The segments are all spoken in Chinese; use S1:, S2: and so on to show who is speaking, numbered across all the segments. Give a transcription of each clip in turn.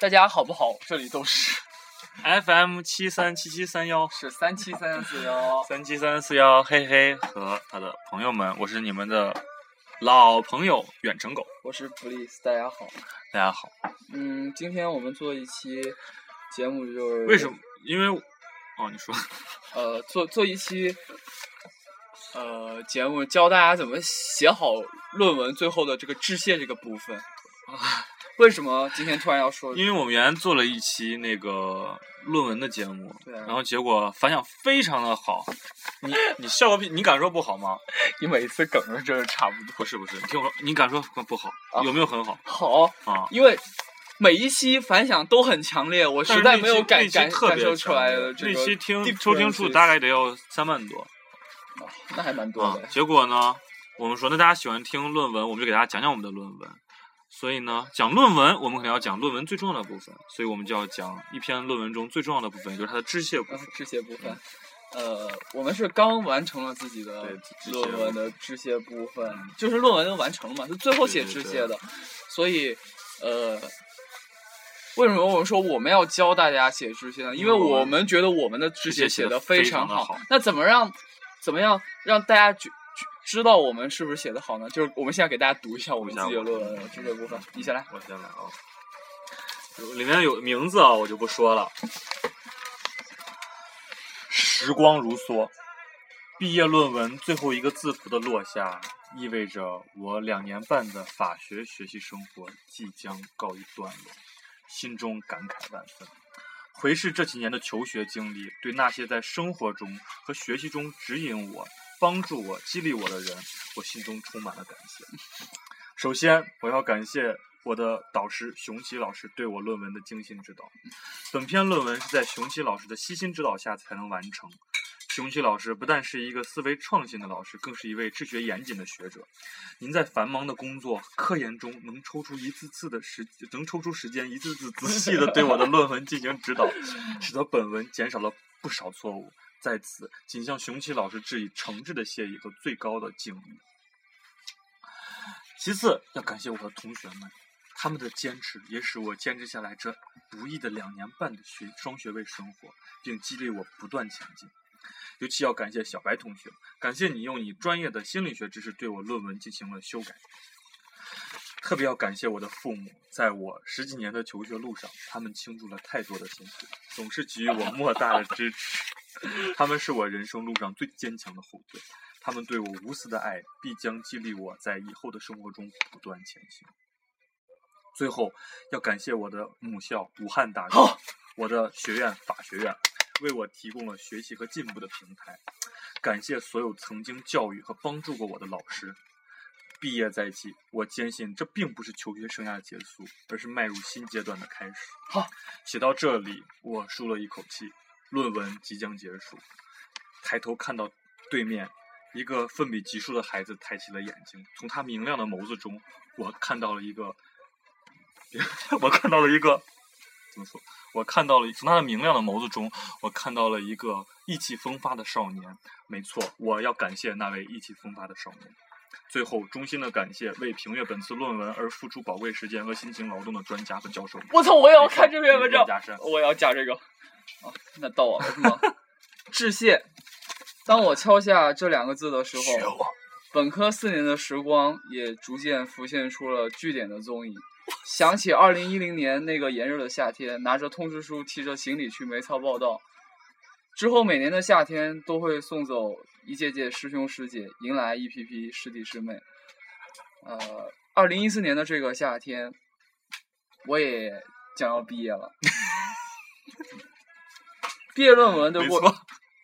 S1: 大家好不好？这里都是
S2: FM 七三七七三幺
S1: 是三七三四幺，
S2: 三七三四幺，嘿嘿和他的朋友们，我是你们的老朋友远程狗，
S1: 我是 Please，大家好。
S2: 大家好。
S1: 嗯，今天我们做一期节目就是
S2: 为什么？因为哦，你说
S1: 呃做做一期呃节目，教大家怎么写好论文最后的这个致谢这个部分。啊为什么今天突然要说？
S2: 因为我们原来做了一期那个论文的节目，
S1: 对啊
S2: 然后结果反响非常的好。你你笑个屁！你敢说不好吗？
S1: 你每次梗都真是呃差不多。
S2: 不是不是，你听我说，你敢说不好
S1: 啊？
S2: 有没有很好
S1: 好，
S2: 啊？
S1: 因为每一期反响都很强烈，我
S2: 但
S1: 实
S2: 是
S1: 在
S2: 那
S1: 没
S2: 期
S1: 有感
S2: 那期
S1: 感
S2: 特
S1: 感
S2: 别
S1: 受出
S2: 强
S1: 来
S2: 烈
S1: 的这个
S2: 那期听
S1: differences
S2: 收听数大概得要三万多
S1: 那还蛮多
S2: 啊
S1: 的。。
S2: 结果呢，我们说那大家喜欢听论文，我们就给大家讲讲我们的论文。所以呢，讲论文，我们肯定要讲论文最重要的部分，所以我们就要讲一篇论文中最重要的部分，也就是它的致谢部
S1: 然
S2: 分
S1: 后。致谢部分，呃，我们是刚完成了自己的
S2: 对致谢
S1: 论文的致谢部嗯分，就是论文都完成了嘛，是最后写致谢的，
S2: 对
S1: 所以呃，为什么我们说我们要教大家写致谢呢？因为
S2: 我们
S1: 我们觉得我们的致谢写得非常
S2: 致谢写得非常地好
S1: 那怎么让怎么样让大家觉？知道我们是不是写的好呢？就是我们现在给大家读一下我们自己的论文的致谢部分。你先来，
S2: 我先来啊。里面有名字啊，我就不说了。时光如梭，毕业论文最后一个字符的落下，意味着我两年半的法学学习生活即将告一段落，心中感慨万分。回视这几年的求学经历，对那些在生活中和学习中指引我、帮助我、激励我的人，我心中充满了感谢。首先，我要感谢我的导师熊奇老师对我论文的精心指导。本篇论文是在熊奇老师的悉心指导下才能完成。熊奇老师不但是一个思维创新的老师，更是一位治学严谨的学者。您在繁忙的工作、科研中能抽出一次次的时，能抽出时间一次次仔细的对我的论文进行指导，使得本文减少了不少错误。在此，谨向熊奇老师致以诚挚的谢意和最高的敬意。其次，要感谢我的同学们，他们的坚持也使我坚持下来这不易的两年半的学双学位生活，并激励我不断前进。尤其要感谢小白同学，感谢你用你专业的心理学知识对我论文进行了修改。特别要感谢我的父母，在我十几年的求学路上，他们倾注了太多的辛苦，总是给予我莫大的支持。 他们是我人生路上最坚强的后盾。他们对我无私的爱必将激励我在以后的生活中不断前行。最后，要感谢我的母校武汉大学
S1: 好，
S2: 我的学院法学院，为我提供了学习和进步的平台。感谢所有曾经教育和帮助过我的老师。毕业在即，我坚信这并不是求学生涯的结束，而是迈入新阶段的开始。
S1: 好，
S2: 写到这里，我舒了一口气，论文即将结束。抬头看到对面一个奋笔疾书的孩子抬起了眼睛，从他明亮的眸子中，我看到了一个， 我看到了一个，怎么说？我看到了从他的明亮的眸子中，我看到了一个意气风发的少年。没错，我要感谢那位意气风发的少年。最后，衷心的感谢为评阅本次论文而付出宝贵时间和辛勤劳动的专家和教授们。
S1: 我操， 我也要看这篇文章
S2: 李。加深
S1: 我要加这个。啊，那到我了是吗？致谢。当我敲下这两个字的时
S2: 哦
S1: 候，本科四年的时光也逐渐浮现出了据点的踪影。想起二零一零年那个炎热的夏天，拿着通知书，提着行李去梅操报道。之后每年的夏天都会送走一届届师兄师姐，迎来一批批师弟师妹。呃，二零一四年的这个夏天，我也将要毕业了。 毕业论文的
S2: 没
S1: 过
S2: 错，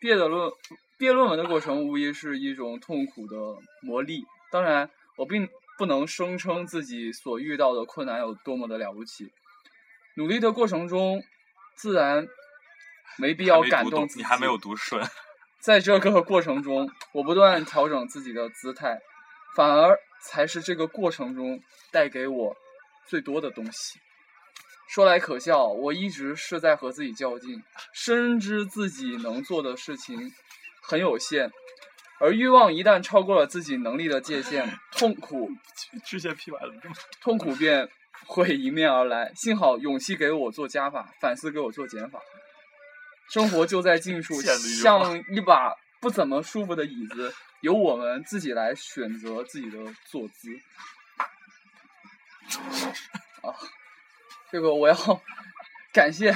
S1: 毕业的论毕业论文的过程，无疑是一种痛苦的磨砺。当然，我并不能声称自己所遇到的困难有多么的了不起。努力的过程中，自然没必要
S2: 还没
S1: 感
S2: 读
S1: 动
S2: 懂
S1: 自己。
S2: 你还没有 读顺。
S1: 在这个过程中，我不断调整自己的姿态，反而才是这个过程中带给我最多的东西。说来可笑，我一直是在和自己较劲，深知自己能做的事情很有限，而欲望一旦超过了自己能力的界限，痛苦
S2: 致谢 P 完了，
S1: 痛苦便会迎面而来。幸好勇气给我做加法，反思给我做减法。生活就在近 处，
S2: 贱的一句话
S1: 像一把不怎么舒服的椅子，由我们自己来选择自己的坐姿。 啊，这个我要感谢，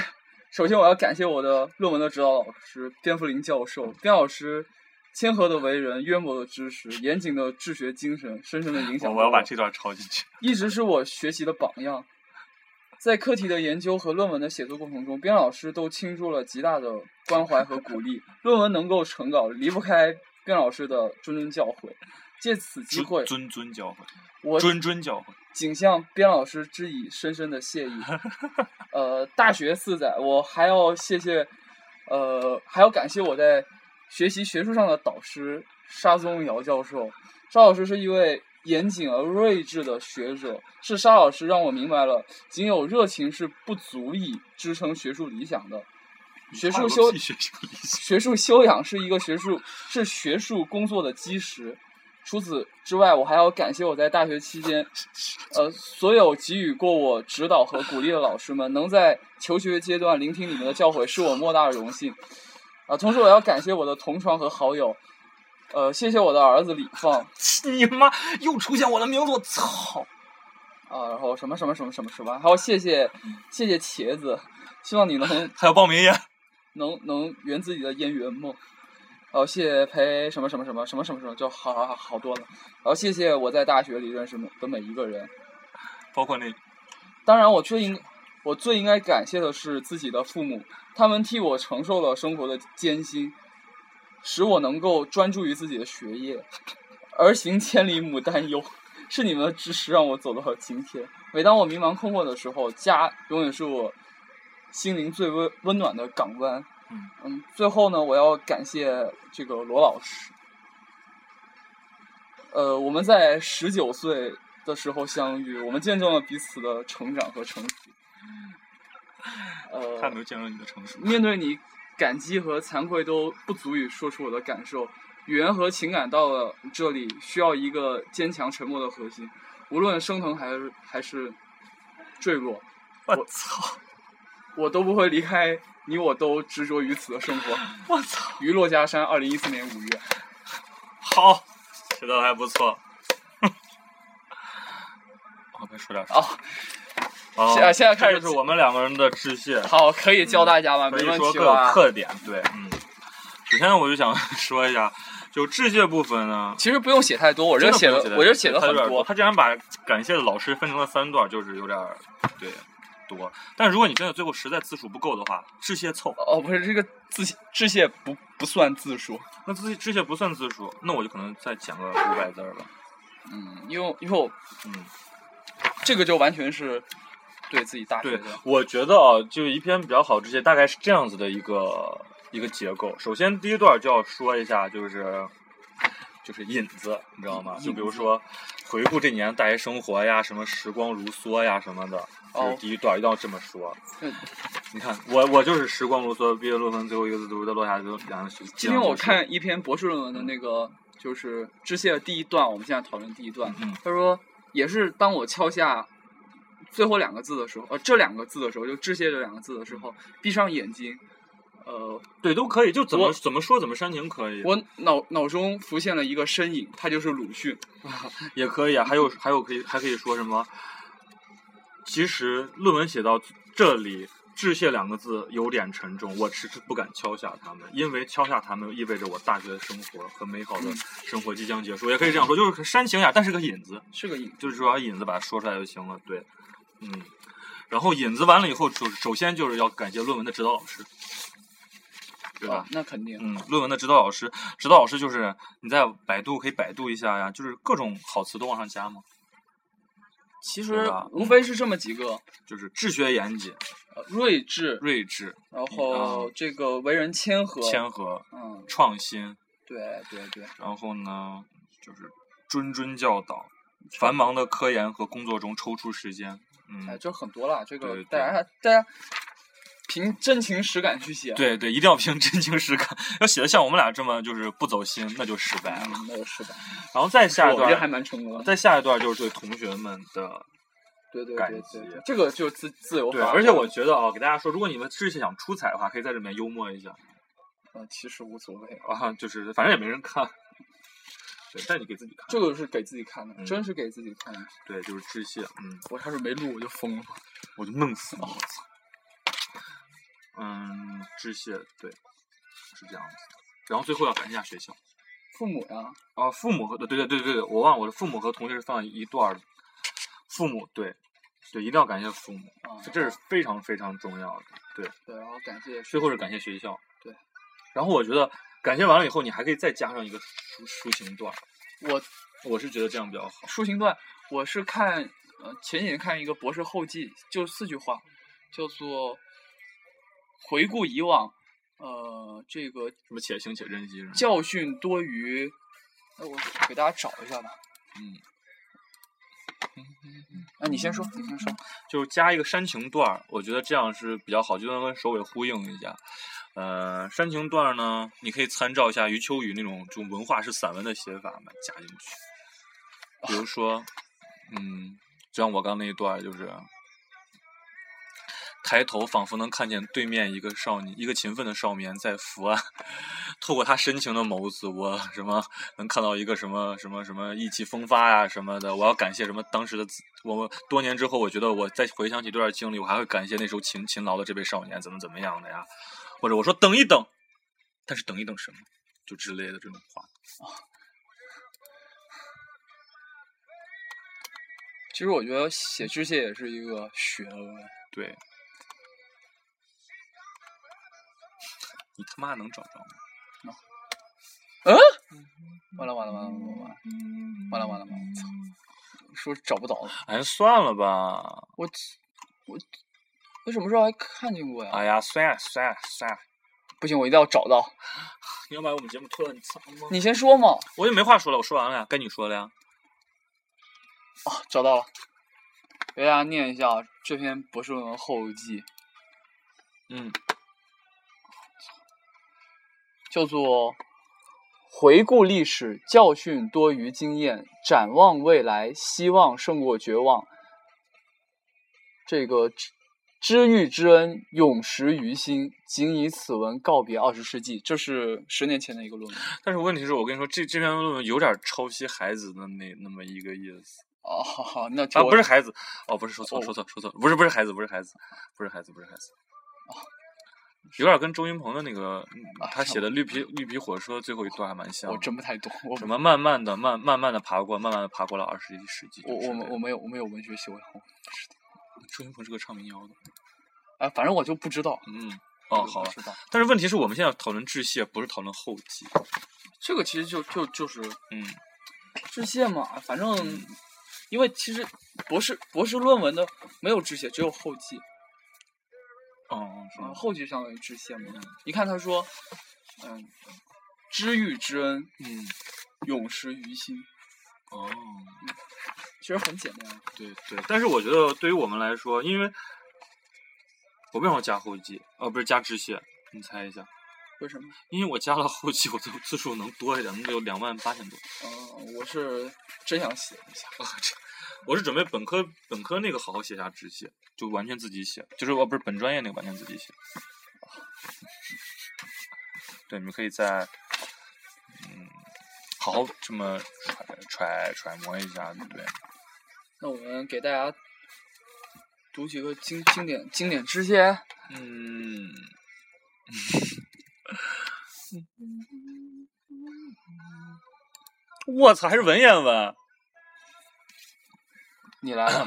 S1: 首先我要感谢我的论文的指导老师边富林教授，边老师。谦和的为人，渊博的知识，严谨的治学精神，深深的影响着
S2: 我
S1: 我。
S2: 我要把这段抄进去。
S1: 一直是我学习的榜样。在课题的研究和论文的写作过程中，边老师都倾注了极大的关怀和鼓励。论文能够成稿，离不开边老师的谆谆教诲。借此 机
S2: 谆
S1: 会，
S2: 谆谆教诲，
S1: 我
S2: 谆谆教诲。
S1: 仅向边老师致以深深的谢意。呃，大学四载，我还要谢谢，呃，还要感谢我在学习学术上的导师沙宗尧教授。沙老师是一位严谨而睿智的学者，是沙老师让我明白了，仅有热情是不足以支撑学术理想的。学术修
S2: 学术理想。
S1: 学术修养是一个学术是学术工作的基石。除此之外，我还要感谢我在大学期间，呃，所有给予过我指导和鼓励的老师们，能在求学阶段聆听你们的教诲，是我莫大的荣幸。啊、同时我要感谢我的同窗和好友，呃，谢谢我的儿子李放，啊、
S2: 你妈又出现我的名字，我操！
S1: 啊然后什么什么什么什么什么，还要谢谢谢谢茄子，希望你能
S2: 还有报名呀？
S1: 能能圆自己的烟云梦。然哦后谢谢陪什么什么什么什么什么什么，就好好好好多了。然后谢谢我在大学里认识每的每一个人。
S2: 包括那
S1: 当然，我最应我最应该感谢的是自己的父母，他们替我承受了生活的艰辛，使我能够专注于自己的学业。儿行千里母担忧，是你们的支持让我走到了今天。每当我迷茫困惑的时候，家永远是我心灵最温温暖的港湾。
S2: 嗯
S1: 嗯，最后呢，我要感谢这个罗老师。呃，我们在十九岁的时候相遇，我们见证了彼此的成长和成熟。呃，
S2: 他没有见证你的成熟。
S1: 面对你，感激和惭愧都不足以说出我的感受。语言和情感到了这里，需要一个坚强沉默的核心，无论升腾还是还是坠落，
S2: 我操！
S1: 我都不会离开你，我都执着于此的生活。
S2: 我操！
S1: 于珞珈山，二零一四年五月。
S2: 好，写的还不错。 我该说点啥？
S1: 哦，
S2: 啊
S1: 现在现在开
S2: 开
S1: 始
S2: 始是我们两个人的致谢，
S1: 好，可以教大家吧，
S2: 可
S1: 没
S2: 以
S1: 问
S2: 说
S1: 题
S2: 各有
S1: 吧？
S2: 特点。对，嗯。首先我就想 说一下，就致谢部分呢，
S1: 其实不用写太多，我这
S2: 真
S1: 个
S2: 的
S1: 写
S2: 不
S1: 的
S2: 用，
S1: 我这写的
S2: 他
S1: 很
S2: 有点
S1: 多。
S2: 他竟然把感谢的老师分成了三段，就是有点儿对多。但如果你真的最后实在字数不够的话，致谢凑。
S1: 哦，不是这个字致谢不不算字数，
S2: 那致致谢不算字数，那我就可能再减个五百字儿吧。
S1: 嗯，因为因为我
S2: 嗯，
S1: 这个就完全是对自己大学
S2: 对
S1: 的，
S2: 我觉得啊，就一篇比较好致谢，大概是这样子的一个一个结构。首先第一段就要说一下，就是就是引子，你知道吗？
S1: 引
S2: 就比如说回顾这年大学生活呀，什么时光如梭呀什么的，这
S1: 哦
S2: 是第一段，一定要这么说。
S1: 嗯
S2: 你看，我我就是时光如梭，毕业论文最后一个字读的落下就嗯两个学。
S1: 今天我看一篇博士论文的那个，就是致谢的第一段，我们现在讨论第一段。
S2: 嗯
S1: 他说，也是当我敲下最后两个字的时候，呃，这两个字的时候，就致谢这两个字的时候，
S2: 嗯
S1: 闭上眼睛，呃，
S2: 对都可以，就怎么
S1: 我
S2: 怎么说怎么煽情可以，
S1: 我脑脑中浮现了一个身影，他就是鲁迅。
S2: 也可以啊。还有还有可以还可以说什么？其实论文写到这里，“致谢”两个字有点沉重，我迟迟不敢敲下它们，因为敲下它们意味着我大学的生活和美好的
S1: 嗯
S2: 生活即将结束。也可以这样说，就是煽情呀，但是个引子。
S1: 是个影，
S2: 就是主要引子把它说出来就行了。对，嗯，然后引子完了以后，首首先就是要感谢论文的指导老师，对吧？
S1: 啊那肯定。
S2: 嗯，论文的指导老师，指导老师就是你在百度可以百度一下呀，就是各种好词都往上加嘛，
S1: 其
S2: 对
S1: 实
S2: 吧
S1: 无非是这么几个：
S2: 就是治学严谨、
S1: 呃睿智，
S2: 睿智、
S1: 然后这个为人谦和，
S2: 嗯谦和、
S1: 嗯，
S2: 创新，
S1: 对对对，
S2: 然后呢，就是谆谆教导，繁忙的科研和工作中抽出时间，
S1: 哎，
S2: 嗯，
S1: 这很多了，这个
S2: 对对
S1: 大家大家凭真情实感去写，
S2: 对对，一定要凭真情实感， 要写的像我们俩这么就是不走心，那就失败了。
S1: 嗯，那个是的，
S2: 然后再下一
S1: 我们这
S2: 段
S1: 还，蛮成功的。
S2: 再下一段就是对同学们的
S1: 对对
S2: 感
S1: 对
S2: 激
S1: 对，对这个就自自由
S2: 对，
S1: 发挥。
S2: 而且我觉得啊，给大家说，如果你们是想出彩的话，可以在这里面幽默一下
S1: 嗯，其实无所谓，
S2: 啊，就是反正也没人看，对，但你给自己看，
S1: 这个是给自己看的，
S2: 嗯
S1: 真是给自己看的。
S2: 对，就是致谢，嗯，
S1: 我要是没录，我就疯了。
S2: 我就弄死你，我操，嗯，致谢，对，是这样子的。然后最后要感谢一下学校
S1: 父母呀，
S2: 啊，父母和对对对对对，我忘了我的父母和同学是放一段儿的，父母对，对，一定要感谢父母，
S1: 啊，
S2: 这是非常非常重要的。
S1: 对，然后感谢
S2: 最后是感谢学校。
S1: 对。
S2: 然后我觉得感谢完了以后，你还可以再加上一个抒抒情段儿，
S1: 我
S2: 我是觉得这样比较好。
S1: 抒情段，我是看呃前几天看一个博士后记，就四句话，叫做回顾以往，呃，这个
S2: 什么且行且珍惜是吗？
S1: 教训多于，那我给大家找一下吧。
S2: 嗯，
S1: 啊，你先说，你先说。
S2: 就是加一个煽情段儿，我觉得这样是比较好，就能跟首尾呼应一下。呃，煽情段儿呢，你可以参照一下余秋雨那种就文化式散文的写法嘛，加进去。比如说，嗯，就像我刚那一段儿，就是抬头仿佛能看见对面一个少年，一个勤奋的少年在伏案，透过他深情的眸子，我什么能看到一个什么什么什么意气风发呀、什么的。我要感谢什么当时的自我，多年之后，我觉得我再回想起这段经历，我还会感谢那时候勤勤劳的这位少年怎么怎么样的呀，或者我说等一等，但是等一等什么，就之类的这种话。
S1: 其实我觉得写致谢也是一个学问。
S2: 对，你他妈能找着吗？
S1: 完了完了完了完了完了完了完了完了！操，说找不到了，
S2: 哎，算了吧。
S1: 我我我什么时候还看见过呀？
S2: 哎呀，算了算了算了，
S1: 不行，我一定要找到。
S2: 你要把我们节目拖得很长吗？
S1: 你先说嘛。
S2: 我也没话说了，我说完了呀，该你说了呀。
S1: 啊，找到了，给大家念一下这篇博士论文后记，
S2: 嗯，
S1: 叫做《回顾历史，教训多于经验；展望未来，希望胜过绝望》。这个知知遇之恩，永识于心，谨以此文告别二十世纪。这是十年前的一个论文。
S2: 但是问题是我跟你说，这这篇论文有点抄袭孩子的那那么一个意思。
S1: 哦，好好，那
S2: 啊，
S1: 我
S2: 不是孩子，哦，不是，说错，
S1: 哦
S2: 了，说错，了，说错，了，不是，不是孩子，不是孩子，不是孩子，不是孩子，哦有点跟周云鹏的那个嗯
S1: 啊
S2: 他
S1: 上
S2: 写的《绿皮绿皮火车》最后一段还蛮像
S1: 我
S2: 的，
S1: 真不 太懂，我
S2: 什么慢慢的、慢慢慢的爬过，慢慢的爬过了二十一世纪之
S1: 我
S2: 类
S1: 我
S2: 的。
S1: 没我没有我没有文学修养，
S2: 周云鹏是个唱民谣的，
S1: 哎，反正我就不知道。
S2: 嗯，
S1: 我
S2: 哦，
S1: 就不
S2: 好了。
S1: 知道。
S2: 但是问题是我们现在讨论致谢，不是讨论后记，
S1: 这个其实就就就是
S2: 嗯，
S1: 致谢嘛，反正因为其实博士博士论文的没有致谢，只有后记，
S2: 哦哦，是
S1: 然
S2: 吗
S1: 后？后记相当于致谢嘛。你看他说，嗯，知遇之恩，
S2: 嗯，
S1: 永识于心，
S2: 哦，
S1: 其实很简单。
S2: 对对，但是我觉得对于我们来说，因为我为什么要加后记？哦，不是加致谢，你猜一下。
S1: 为什么？
S2: 因为我加了后期，我的字数能多一点，能有两万八千多。
S1: 嗯、我是真想写一下。
S2: 我是准备本科本科那个好好写下致谢，就完全自己写，就是哦不是本专业那个完全自己写。 对，你们可以在嗯好好这么揣揣揣摩一下，对，
S1: 那我们给大家读几个经经典经典致谢。
S2: 嗯。 我操，还是文言文。
S1: 你来了，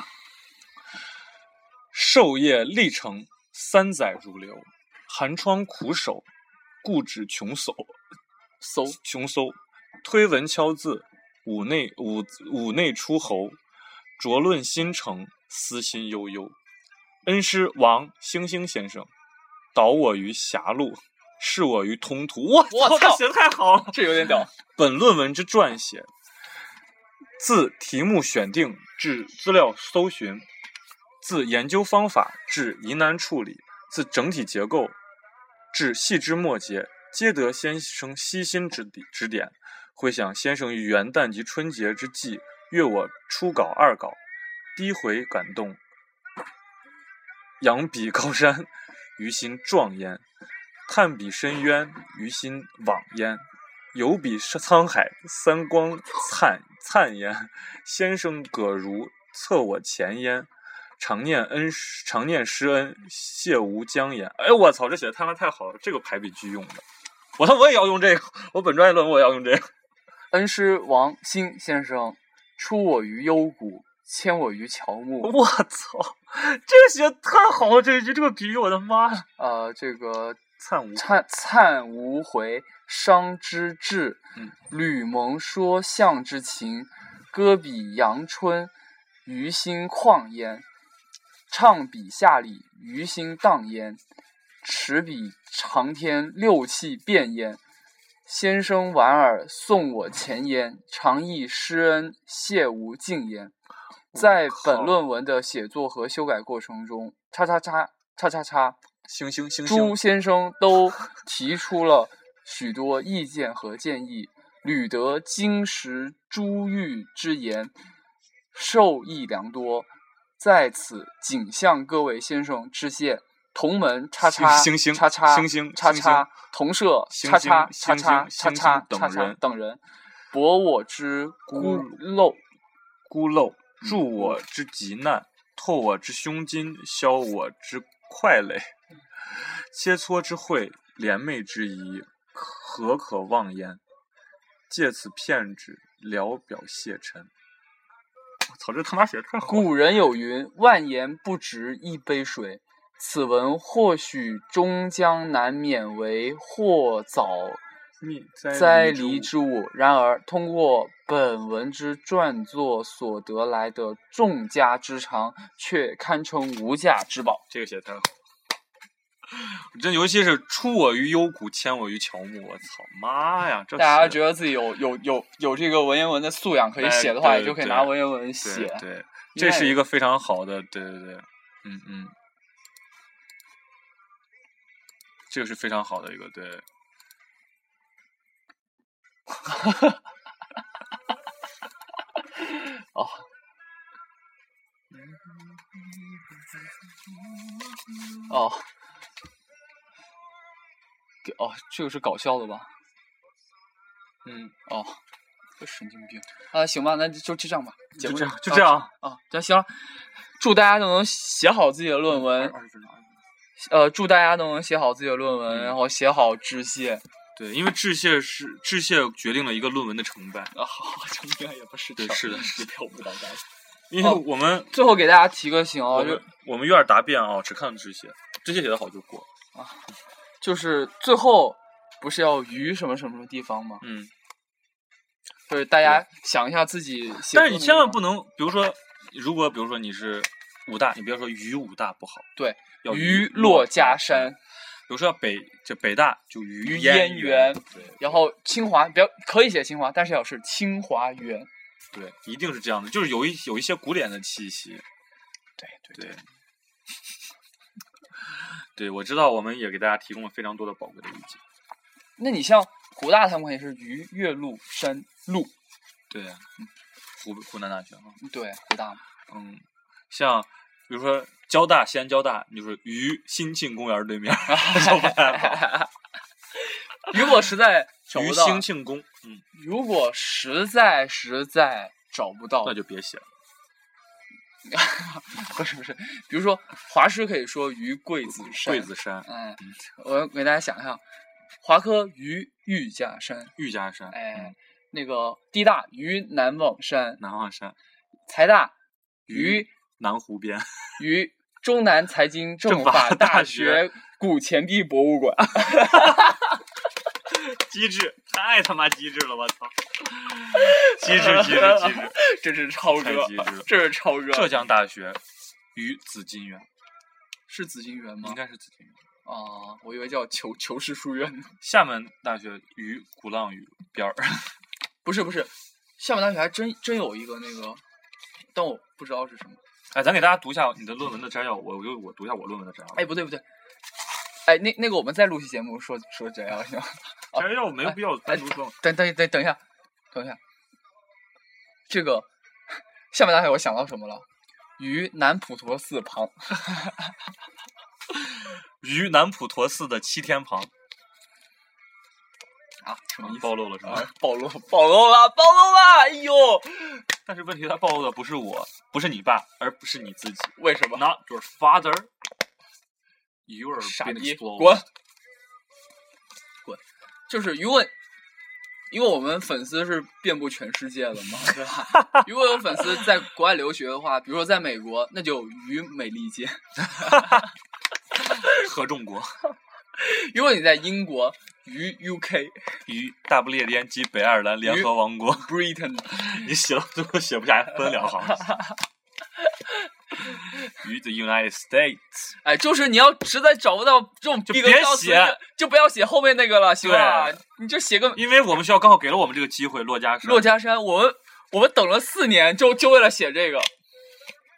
S2: 授业历程，三载如流，寒窗苦守，固执穷叟，
S1: 搜
S2: 穷搜，推文敲字，五内五五内出侯，酌论心诚，思心悠悠。恩师王星星先生，导我于狭路，视我于通途。我
S1: 我
S2: 他
S1: 操
S2: 写的太好了！
S1: 这有点屌。
S2: 本论文之撰写，自题目选定至资料搜寻，自研究方法至疑难处理，自整体结构至细枝末节，皆得先生悉心指点指点。回想先生于元旦及春节之际，阅我初稿二稿，第一回感动，仰比高山，于心壮焉；探比深渊，于心往焉；游比沧海，三光灿灿焉。先生葛如，策我前焉。常念恩师，常念师恩，谢无疆也。哎，我操，这写的他妈太好了，这个排比句用的，我操，我也要用这个，我本专业论文我也要用这个。
S1: 恩师王兴先生，出我于幽谷，迁我于乔木。
S2: 我操，这个写的太好了，这一句这个比喻，我的妈呀！
S1: 呃，这个
S2: 灿无
S1: 灿灿无回，伤之至
S2: 嗯，
S1: 吕蒙说项之情，歌比阳春，于心旷焉；唱比下里，于心荡焉；持比长天，六气变焉。先生莞尔，送我前焉；常忆师恩，谢无尽焉。在本
S2: 靠
S1: 论文的写作和修改过程中，叉叉叉叉叉叉
S2: 星星星
S1: 朱
S2: 星，
S1: 先生都提出了许多意见和建议，屡得经石朱玉之言，受益良多。在此谨向各位先生致谢。同门叉叉
S2: 星星
S1: 叉叉
S2: 星星
S1: 叉
S2: 星
S1: 叉
S2: 星
S1: 同社
S2: 星
S1: 叉
S2: 星
S1: 叉叉叉叉
S2: 星星星
S1: 叉
S2: 等
S1: 叉叉
S2: 人
S1: 等人，博我之孤
S2: 孤
S1: 陋。
S2: 孤陋，
S1: 嗯
S2: 助我之急难，透我之胸襟，消我之快累，
S1: 嗯
S2: 切磋之会，联袂之宜，何可忘焉？借此骗之，聊表谢臣。我操，这他妈写的太好了！
S1: 古人有云：“万言不值一杯水。”此文或许终将难免为或早
S2: 密哉
S1: 栽
S2: 之
S1: 梨
S2: 物
S1: 之物。然而，通过本文之撰作所得来的众家之长，却堪称无价之宝。
S2: 这个写得 太好了。这尤其是出我于幽谷，迁我于乔木。我操妈呀！这
S1: 大家
S2: 写
S1: 觉得自己有有有有这个文言文的素养，可以
S2: 哎
S1: 写的话，
S2: 对
S1: 也就可以
S2: 对
S1: 拿文言文
S2: 对
S1: 写。
S2: 对，
S1: 一
S2: 这
S1: 代
S2: 是一
S1: 人
S2: 个非常好的，对对对，嗯嗯，这个是非常好的一个对。
S1: 哦。哦，这哦，这个是搞笑的吧？
S2: 嗯，
S1: 哦，这神经病啊！行吧，那就就这样吧，节
S2: 就
S1: 目
S2: 这样，就
S1: 到
S2: 这样。
S1: 啊，那行了，祝大家都能写好自己的论文，
S2: 二十分钟，二十分钟
S1: 呃，祝大家都能写好自己的论文，
S2: 嗯
S1: 然后写好致谢。
S2: 对，因为致谢是致谢决定了一个论文的成败。
S1: 啊，好，成应该也不是这
S2: 对，
S1: 样。
S2: 是的，是的，我不敢当。因为
S1: 哦
S2: 我们、
S1: 最后给大家提个醒
S2: 我
S1: 啊，就
S2: 们我们院儿答辩啊，只看致谢，致谢写的好就过。
S1: 就是最后不是要于什么什么地方吗？
S2: 嗯，
S1: 就是大家想一下自己写作
S2: 但
S1: 的地方。
S2: 是你千万不能，比如说，如果比如说你是武大，你不要说于武大不好，
S1: 对，
S2: 要
S1: 于落家
S2: 山。
S1: 山，
S2: 比如说北这北大就于
S1: 于
S2: 嫣
S1: 嫣
S2: 园，
S1: 园
S2: 对
S1: 然后清华，不要可以写清华，但是要是清华园。
S2: 对，一定是这样的，就是有一有一些古典的气息，
S1: 对对
S2: 对。 对，我知道，我们也给大家提供了非常多的宝贵的意见。
S1: 那你像湖大他们也是于岳麓山路，
S2: 对，啊湖湖南大学啊，
S1: 对湖大嘛，
S2: 嗯，像比如说交大，西安交大，你就是于新庆公园对面儿， 就不太好。
S1: 如果实在找
S2: 于
S1: 不到，
S2: 兴庆宫，嗯，
S1: 如果实在实在找不到
S2: 那，就别写了。
S1: 不 是不是，比如说华师可以说于桂子山，
S2: 桂子山、
S1: 哎，我给大家想一下，华科于御驾山，
S2: 玉家山、嗯
S1: 哎，那个地大于南望山，
S2: 南望山、
S1: 财大
S2: 于
S1: 于
S2: 南湖边。
S1: 于中南财经政
S2: 政法
S1: 法大
S2: 大
S1: 学啊古钱币博物馆。
S2: 机智，太他妈机智了，我操！机智，机智，机智！
S1: 这是超
S2: 太
S1: 哥
S2: 机智了，
S1: 这是超哥，
S2: 浙江大学于紫金园，
S1: 是紫金园吗
S2: 应？该是紫金园。
S1: 啊，我以为叫求求是书院呢。
S2: 厦门大学于鼓浪屿边儿，
S1: 不是不是，厦门大学还真真有一个那个，但我不知道是什么。
S2: 哎，咱给大家读一下你的论文的摘要，我我就我读一下我论文的摘要。
S1: 哎，，不对不对，哎，那那个我们再录期节目说说这样 行吗？
S2: 摘要没有必要
S1: 哎
S2: 单独说。
S1: 等等等等一下，等一下，这个厦门大学我想到什么了？于南普陀寺旁。
S2: 于南普陀寺的七天旁，
S1: 啊，什么意思？啊
S2: 暴露了是吧？
S1: 暴露暴露了，暴露了！哎呦，
S2: 但是问题他暴露的不是我，不是你爸，而不是你自己。
S1: 为什么？
S2: Not your father. You are
S1: 傻
S2: being
S1: 逼，
S2: exposed.
S1: 滚！滚！就是如果，因为我们粉丝是遍布全世界的嘛，对吧？ 如果有粉丝在国外留学的话，比如说在美国，那就于美利坚；
S2: 合众国
S1: 如果你在英国，于 UK、
S2: 与大不列颠及北爱尔兰联合王国，
S1: Britain。
S2: 你写到最后写不下来，分两 行。与 the United States，
S1: 哎，就是你要实在找不到这种
S2: 就
S1: 逼格
S2: 别
S1: 高
S2: 写
S1: 词，就不要写后面那个了，行吧？你就写个
S2: 因为我们学校刚好给了我们这个机会，珞珈是
S1: 珞珈山，我们我们等了四年，就就为了写这个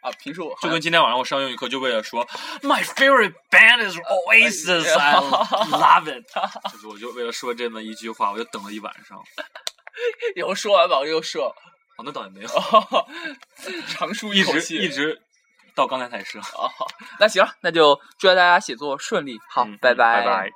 S1: 啊，平时我
S2: 就跟今天晚上我上英语课就为了说，My favorite band is Oasis, I love it，就是 我就为了说这么一句话，我就等了一晚上。
S1: 以后说完 网又射，
S2: 哦，那倒也没有，
S1: 长舒
S2: 一
S1: 口
S2: 直
S1: 气，哦
S2: 一直到刚才才是。
S1: 啊。好那行，那就祝大家写作顺利，好，
S2: 嗯
S1: 拜
S2: 拜拜。